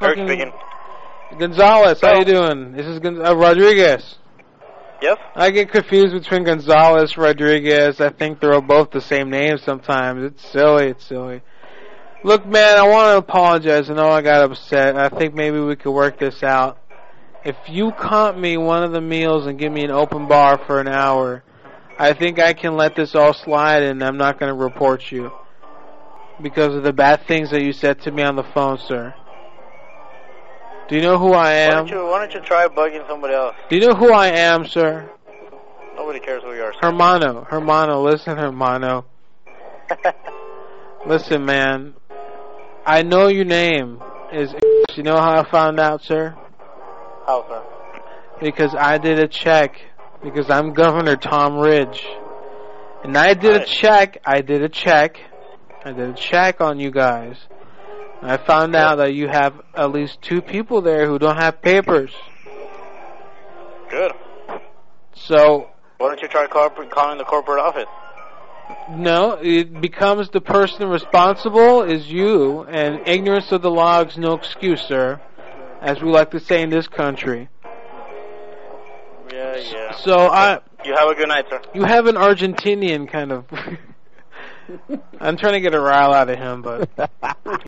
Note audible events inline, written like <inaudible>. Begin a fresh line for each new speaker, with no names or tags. Eric
Fucking-
speaking.
Gonzalez, how
Hello.
you doing? This is Gon- uh, Rodriguez.
Yes?
I get confused between Gonzalez, Rodriguez. I think they're both the same name sometimes. It's silly. It's silly. Look, man, I want to apologize. I know I got upset. I think maybe we could work this out. If you comp me one of the meals and give me an open bar for an hour, I think I can let this all slide and I'm not going to report you because of the bad things that you said to me on the phone, sir. Do you know who I
Why
am?
don't you why don't you try bugging somebody else?
Do you know who I am, sir?
Nobody cares who you are. sir.
Hermano, Hermano, listen, Hermano. Listen, man. I know your name is. You know how I found out, sir?
<laughs> How, sir?
Because I did a check. Because I'm Governor Tom Ridge. And I did a
Right.
check. I did a check. I did a check on you guys. And I found out that you have at least two people there who don't have papers.
Good.
So,
Why don't you try corporate, calling the corporate office?
No, it becomes the person responsible is you, and ignorance of the law is no excuse, sir, as we like to say in this country.
Yeah, yeah.
So I,
You have a good night, sir.
you have an <laughs> Argentinian kind of. I'm trying to get a rile out of him, but